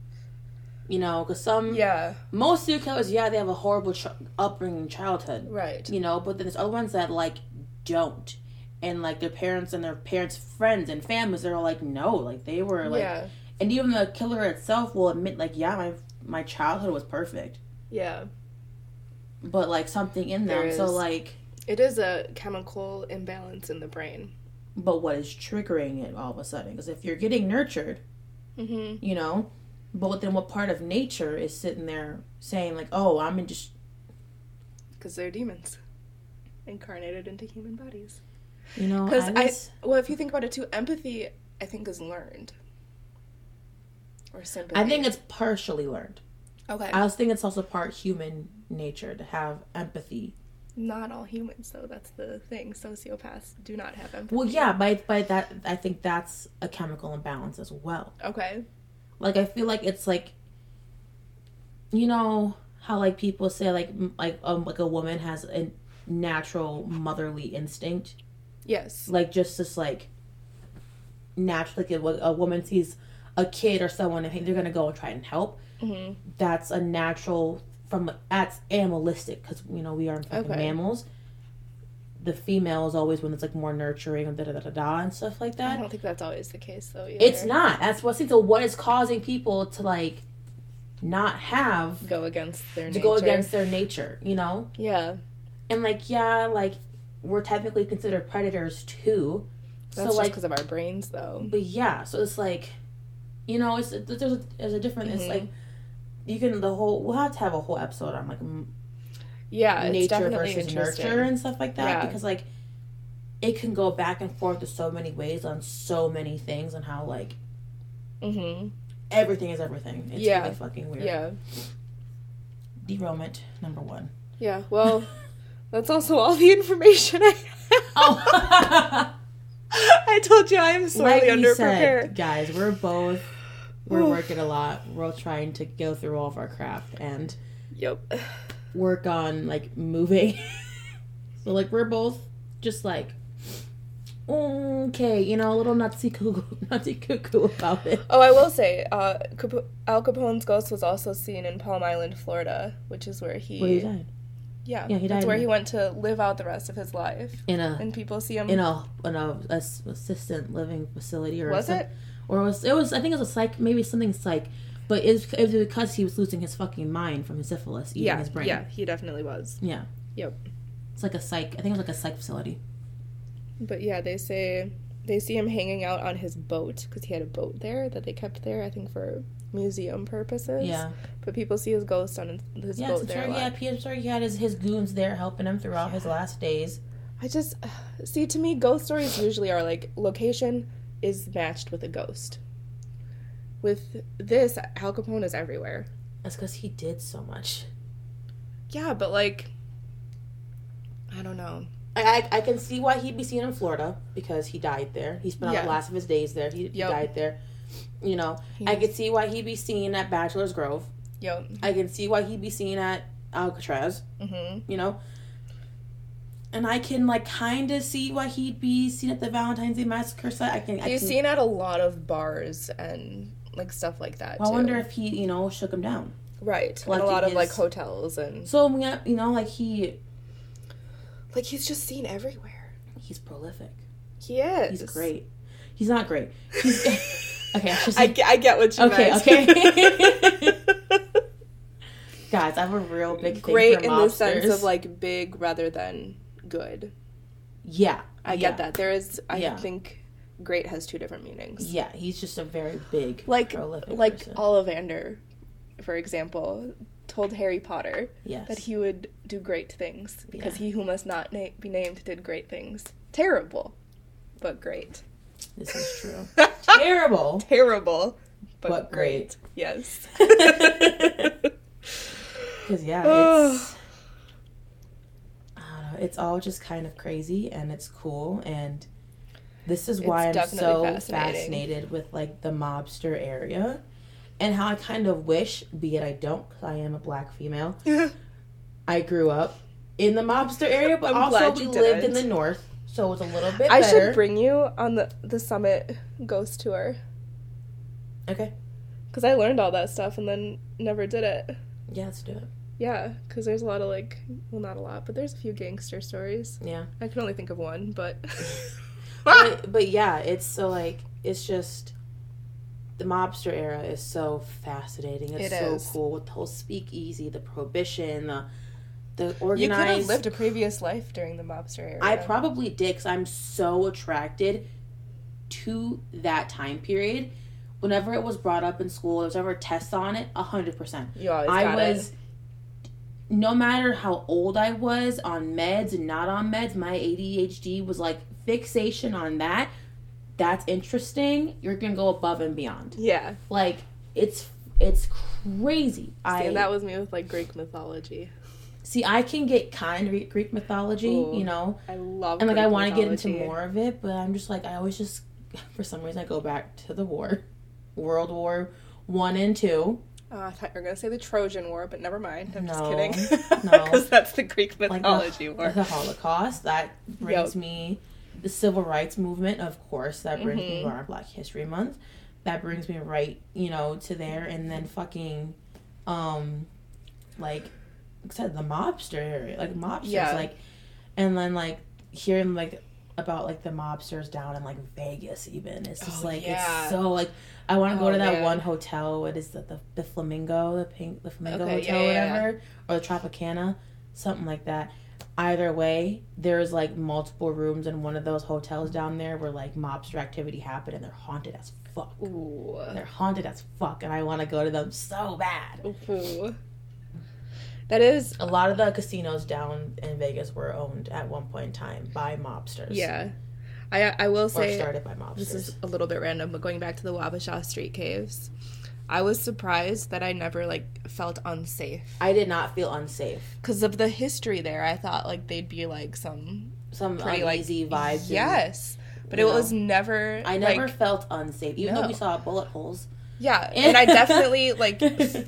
Speaker 2: you know, because some
Speaker 1: Yeah,
Speaker 2: most serial killers, yeah, they have a horrible ch- upbringing, childhood
Speaker 1: right.
Speaker 2: you know but then there's other ones that like don't and like their parents and their parents friends and families they're all like no like they were like
Speaker 1: yeah,
Speaker 2: and even the killer itself will admit like yeah my my childhood was perfect
Speaker 1: yeah.
Speaker 2: but like something in
Speaker 1: There
Speaker 2: them so
Speaker 1: is.
Speaker 2: like
Speaker 1: It is a chemical imbalance in the brain.
Speaker 2: but what is triggering it all of a sudden because if you're getting nurtured
Speaker 1: Mm-hmm.
Speaker 2: you know but then what part of nature is sitting there saying like oh i'm in just
Speaker 1: Because they're demons incarnated into human bodies.
Speaker 2: you know
Speaker 1: Because I,
Speaker 2: was-
Speaker 1: well, if you think about it too, empathy I think is learned or sympathy.
Speaker 2: I think it's partially learned
Speaker 1: okay.
Speaker 2: i was thinking it's also part human nature to have empathy
Speaker 1: not all humans though. That's the thing. Sociopaths do not have empathy.
Speaker 2: Well, yeah, by by that I think that's a chemical imbalance as well.
Speaker 1: Okay.
Speaker 2: Like I feel like it's like, you know how like people say like m- like um like a woman has a natural motherly instinct,
Speaker 1: Yes.
Speaker 2: like just this like natural like a, a woman sees a kid or someone and think they're gonna go and try and help.
Speaker 1: hmm
Speaker 2: That's a natural from that's animalistic because you know we are fucking
Speaker 1: Okay.
Speaker 2: mammals. The female is always when it's like more nurturing and da da da da da and stuff like that.
Speaker 1: I don't think that's always the case though. Either.
Speaker 2: It's not. That's what so what is causing people to like not have
Speaker 1: go against their
Speaker 2: to go
Speaker 1: nature.
Speaker 2: against their nature, you know?
Speaker 1: Yeah.
Speaker 2: And like yeah, like we're technically considered predators too.
Speaker 1: That's
Speaker 2: so
Speaker 1: just
Speaker 2: like
Speaker 1: because of our brains though.
Speaker 2: but yeah, so it's like you know, it's there's a there's a different
Speaker 1: Mhm.
Speaker 2: it's like
Speaker 1: Mm-hmm.
Speaker 2: you can the whole we'll have to have a whole episode on like m-
Speaker 1: Yeah, Uh, it's
Speaker 2: nature
Speaker 1: definitely
Speaker 2: versus
Speaker 1: interesting.
Speaker 2: nurture and stuff like that
Speaker 1: Yeah.
Speaker 2: because like it can go back and forth to so many ways on so many things and how like
Speaker 1: Mm-hmm.
Speaker 2: everything is everything. It's
Speaker 1: Yeah.
Speaker 2: really fucking weird.
Speaker 1: Yeah.
Speaker 2: Derailment number one.
Speaker 1: Yeah. Well, that's also all the information I have.
Speaker 2: Oh,
Speaker 1: I told you I am
Speaker 2: like
Speaker 1: sorely
Speaker 2: we
Speaker 1: underprepared.
Speaker 2: said, guys, we're both we're
Speaker 1: Oof.
Speaker 2: working a lot. We're all trying to go through all of our crap and
Speaker 1: Yep.
Speaker 2: work on like moving. so like we're both just like okay, you know, a little nutsy cuckoo, nutsy cuckoo about it.
Speaker 1: Oh, I will say, uh, Capo- Al Capone's ghost was also seen in Palm Island, Florida, which is where he,
Speaker 2: Well, he died
Speaker 1: yeah,
Speaker 2: yeah, he
Speaker 1: that's
Speaker 2: died
Speaker 1: where
Speaker 2: in-
Speaker 1: he went to live out the rest of his life.
Speaker 2: in a
Speaker 1: And people see him.
Speaker 2: in a in a, a s- assistant living facility or
Speaker 1: was
Speaker 2: some-
Speaker 1: it?
Speaker 2: or it was it was I think it was a psych maybe something psych, but it was, it was because he was losing his fucking mind from his syphilis eating
Speaker 1: Yeah,
Speaker 2: his brain.
Speaker 1: yeah, he definitely was.
Speaker 2: Yeah.
Speaker 1: Yep.
Speaker 2: It's like a psych. I think it was like a psych facility.
Speaker 1: But yeah, they say they see him hanging out on his boat because he had a boat there that they kept there, I think, for museum purposes.
Speaker 2: Yeah.
Speaker 1: But people see his ghost on his
Speaker 2: Yeah.
Speaker 1: boat
Speaker 2: I'm
Speaker 1: there.
Speaker 2: sure,
Speaker 1: a lot.
Speaker 2: yeah. P- I'm sure he had his, his goons there helping him throughout his last days.
Speaker 1: I just see to me ghost stories usually are like location is matched with a ghost. With this, Al Capone is everywhere.
Speaker 2: That's because he did so much.
Speaker 1: Yeah, but like, I don't know.
Speaker 2: I, I, I can see why he'd be seen in Florida because he died there. He spent
Speaker 1: Yeah.
Speaker 2: the last of his days there. He, he
Speaker 1: Yep.
Speaker 2: died there. You know, I could see why he'd be seen at Bachelor's Grove.
Speaker 1: Yo.
Speaker 2: I can see why he'd be seen at Alcatraz.
Speaker 1: Mm-hmm.
Speaker 2: You know, and I can like kind of see why he'd be seen at the Valentine's Day massacre site. I can. I
Speaker 1: You've
Speaker 2: can-
Speaker 1: seen at a lot of bars and like stuff like that.
Speaker 2: I
Speaker 1: too.
Speaker 2: wonder if he, you know, shook him down.
Speaker 1: Right. and a
Speaker 2: Like
Speaker 1: lot of
Speaker 2: his-
Speaker 1: like hotels and
Speaker 2: So we got- you know, like he
Speaker 1: like he's just seen everywhere.
Speaker 2: he's prolific.
Speaker 1: He is.
Speaker 2: He's great. He's not great. He's okay. I should
Speaker 1: I,
Speaker 2: say,
Speaker 1: get, I get what you
Speaker 2: Okay,
Speaker 1: meant.
Speaker 2: okay. guys, I have a real big thing
Speaker 1: great
Speaker 2: for
Speaker 1: in the sense
Speaker 2: mobsters.
Speaker 1: of like big rather than good.
Speaker 2: yeah.
Speaker 1: I
Speaker 2: yeah,
Speaker 1: get that. There is I
Speaker 2: Yeah.
Speaker 1: think great has two different meanings.
Speaker 2: Yeah, he's just a very big,
Speaker 1: Like
Speaker 2: prolific
Speaker 1: like
Speaker 2: person.
Speaker 1: Ollivander, for example, told Harry Potter
Speaker 2: yes.
Speaker 1: that he would do great things because he who must not na- be named did great things. Terrible, but great.
Speaker 2: this is true. Terrible,
Speaker 1: Terrible, but,
Speaker 2: but, great.
Speaker 1: great. Yes.
Speaker 2: Because yeah, it's I don't know. It's all just kind of crazy and it's cool and. This is
Speaker 1: It's
Speaker 2: why I'm
Speaker 1: definitely
Speaker 2: so
Speaker 1: fascinating.
Speaker 2: fascinated with like the mobster area, and how I kind of wish, be it I don't, 'cause I am a black female, I grew up in the mobster area, but
Speaker 1: I'm
Speaker 2: also
Speaker 1: glad
Speaker 2: we
Speaker 1: you
Speaker 2: lived in
Speaker 1: didn't.
Speaker 2: the north, so it was a little bit
Speaker 1: I
Speaker 2: better.
Speaker 1: should bring you on the the summit ghost tour
Speaker 2: okay,
Speaker 1: because I learned all that stuff and then never did it.
Speaker 2: yeah, let's do it.
Speaker 1: Yeah, because there's a lot of like, well, not a lot, but there's a few gangster stories.
Speaker 2: Yeah,
Speaker 1: I can only think of one, but Ah!
Speaker 2: but, but yeah, it's so like it's just the mobster era is so fascinating. It's
Speaker 1: It
Speaker 2: so
Speaker 1: is.
Speaker 2: cool with the whole speakeasy, the prohibition, the the
Speaker 1: you could
Speaker 2: organized.
Speaker 1: have lived a previous life during the mobster era.
Speaker 2: I probably did because I'm so attracted to that time period. Whenever it was brought up in school, there was ever tests on it, hundred percent.
Speaker 1: you always
Speaker 2: I
Speaker 1: got it.
Speaker 2: was, no matter how old I was on meds and not on meds, my ADHD was like fixation on that. That's interesting. You're gonna go above and beyond.
Speaker 1: yeah.
Speaker 2: Like it's it's crazy.
Speaker 1: See,
Speaker 2: I
Speaker 1: and that was me with like Greek mythology.
Speaker 2: see. I can get kind of Greek mythology,
Speaker 1: Ooh.
Speaker 2: you know,
Speaker 1: I love
Speaker 2: and like I
Speaker 1: Greek
Speaker 2: want to get into
Speaker 1: mythology.
Speaker 2: more of it, but I'm just like I always just for some reason I go back to the war, World War One and Two.
Speaker 1: Oh, I thought you were gonna say the Trojan War, but never mind. I'm
Speaker 2: No.
Speaker 1: just kidding.
Speaker 2: No.
Speaker 1: because that's the Greek
Speaker 2: like
Speaker 1: mythology
Speaker 2: the,
Speaker 1: war.
Speaker 2: the Holocaust. That brings
Speaker 1: Yep.
Speaker 2: me the civil rights movement, of course. That brings me
Speaker 1: Mhm.
Speaker 2: to our Black History Month. That brings me right, you know, to there, and then fucking, um, like, like I said the mobster area, like mobsters,
Speaker 1: Yeah.
Speaker 2: like, and then like hearing like about like the mobsters down in like Vegas, even it's just
Speaker 1: Oh,
Speaker 2: like
Speaker 1: yeah.
Speaker 2: it's so like I want to
Speaker 1: Oh,
Speaker 2: go to that
Speaker 1: man.
Speaker 2: one hotel. What is that? The, the Flamingo, the pink, the Flamingo
Speaker 1: Okay,
Speaker 2: Hotel,
Speaker 1: yeah, yeah, yeah.
Speaker 2: whatever, or the Tropicana, something like that. Either way, there's like multiple rooms in one of those hotels down there where like mobster activity happened, and they're haunted as fuck.
Speaker 1: Ooh.
Speaker 2: They're haunted as fuck, and I want to go to them so bad.
Speaker 1: Ooh. That is,
Speaker 2: A lot of the casinos down in Vegas were owned at one point in time by mobsters.
Speaker 1: yeah. I I will
Speaker 2: Or
Speaker 1: say
Speaker 2: started by mobsters.
Speaker 1: This is a little bit random, but going back to the Wabasha Street Caves, I was surprised that I never like felt unsafe
Speaker 2: I did not feel unsafe.
Speaker 1: because of the history there. I thought like they'd be like some
Speaker 2: Some
Speaker 1: pretty like
Speaker 2: uneasy vibes. and-
Speaker 1: Yes, but it
Speaker 2: you know.
Speaker 1: was never.
Speaker 2: I never
Speaker 1: like,
Speaker 2: felt unsafe, even
Speaker 1: No.
Speaker 2: though we saw bullet holes.
Speaker 1: yeah, and I definitely like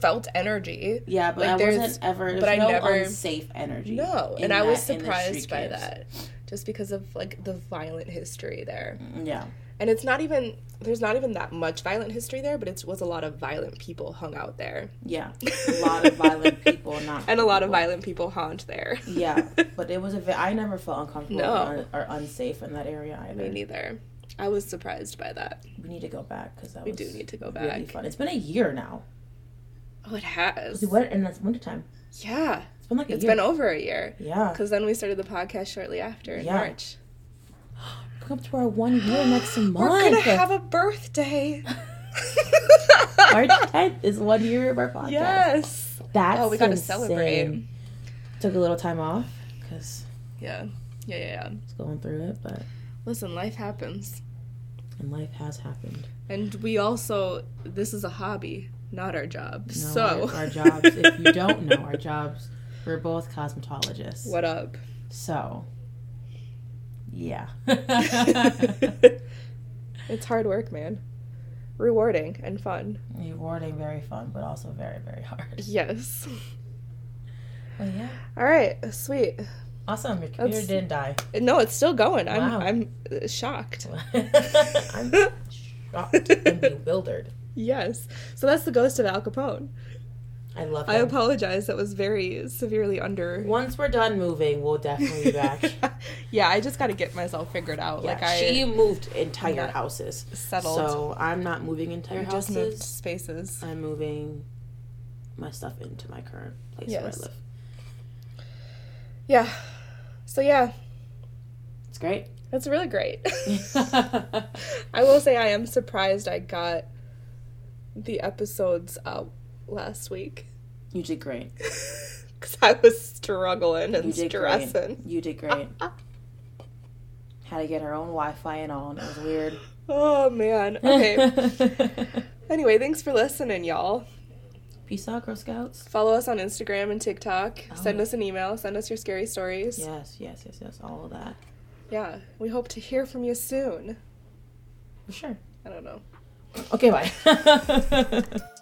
Speaker 1: felt energy.
Speaker 2: Yeah, but
Speaker 1: Like,
Speaker 2: I
Speaker 1: there's-
Speaker 2: wasn't ever. There's
Speaker 1: but I
Speaker 2: no
Speaker 1: never-
Speaker 2: unsafe energy.
Speaker 1: No,
Speaker 2: in
Speaker 1: and I was
Speaker 2: that- in the
Speaker 1: surprised
Speaker 2: street
Speaker 1: by
Speaker 2: caves.
Speaker 1: that just because of like the violent history there.
Speaker 2: Yeah.
Speaker 1: And it's not even there's not even that much violent history there, but it was a lot of violent people hung out there.
Speaker 2: Yeah. A lot of violent people. Not
Speaker 1: And a lot of
Speaker 2: people.
Speaker 1: violent people haunt there.
Speaker 2: Yeah, but it was a. ve- I never felt uncomfortable
Speaker 1: No.
Speaker 2: or, un- or unsafe in that area either.
Speaker 1: Me neither. I was surprised by that.
Speaker 2: we need to go back because that
Speaker 1: We
Speaker 2: was
Speaker 1: do need to go
Speaker 2: really
Speaker 1: back.
Speaker 2: fun. It's been a year now.
Speaker 1: Oh, it has.
Speaker 2: We went in the wintertime.
Speaker 1: Yeah,
Speaker 2: It's been like a
Speaker 1: it's
Speaker 2: year.
Speaker 1: been over a year.
Speaker 2: yeah.
Speaker 1: Because then we started the podcast shortly after in
Speaker 2: Yeah.
Speaker 1: March.
Speaker 2: Come up to our one year next month.
Speaker 1: We're gonna have a birthday.
Speaker 2: March 10th is one year of our podcast.
Speaker 1: yes.
Speaker 2: That's
Speaker 1: Oh, we gotta
Speaker 2: insane.
Speaker 1: celebrate.
Speaker 2: Took a little time off because
Speaker 1: Yeah. Yeah, yeah, yeah.
Speaker 2: it's going through it, but
Speaker 1: Listen, life happens.
Speaker 2: and life has happened.
Speaker 1: And we also, this is a hobby, not our job.
Speaker 2: No,
Speaker 1: so.
Speaker 2: our, our jobs. if you don't know our jobs, we're both cosmetologists.
Speaker 1: What up?
Speaker 2: So, yeah.
Speaker 1: it's hard work, man. Rewarding and fun.
Speaker 2: Rewarding, very fun, but also very, very hard.
Speaker 1: Yes.
Speaker 2: Well, yeah.
Speaker 1: All right, sweet.
Speaker 2: Awesome. Your computer
Speaker 1: That's-
Speaker 2: didn't die.
Speaker 1: No, it's still going.
Speaker 2: Wow.
Speaker 1: I'm I'm uh, shocked.
Speaker 2: I'm shocked and bewildered.
Speaker 1: yes. So that's the ghost of Al Capone.
Speaker 2: I love
Speaker 1: I
Speaker 2: it.
Speaker 1: apologize. That was very severely under.
Speaker 2: Once we're done moving, we'll definitely be back.
Speaker 1: yeah, I just got to get myself figured out. like
Speaker 2: Yeah,
Speaker 1: I
Speaker 2: she moved entire
Speaker 1: Yeah.
Speaker 2: houses.
Speaker 1: settled.
Speaker 2: So I'm not moving entire
Speaker 1: You just moved
Speaker 2: houses.
Speaker 1: spaces.
Speaker 2: I'm moving my stuff into my current place where I
Speaker 1: Yes.
Speaker 2: live.
Speaker 1: Yeah. So yeah,
Speaker 2: It's great.
Speaker 1: that's really great. I will say I am surprised I got the episodes out last week
Speaker 2: you did great.
Speaker 1: because I was struggling
Speaker 2: You
Speaker 1: and
Speaker 2: did
Speaker 1: stressing.
Speaker 2: great. Ah. You did great. Had to get her own Wi-Fi and all, and it was weird.
Speaker 1: Oh man. Okay. anyway, thanks for listening, y'all.
Speaker 2: Peace out, Girl Scouts.
Speaker 1: Follow us on Instagram and TikTok.
Speaker 2: Oh.
Speaker 1: Send us an email. Send us your scary stories. Yeah.
Speaker 2: Yes, yes, yes, yes. All of that.
Speaker 1: We hope to hear from you soon.
Speaker 2: For sure.
Speaker 1: I don't know.
Speaker 2: Okay, bye.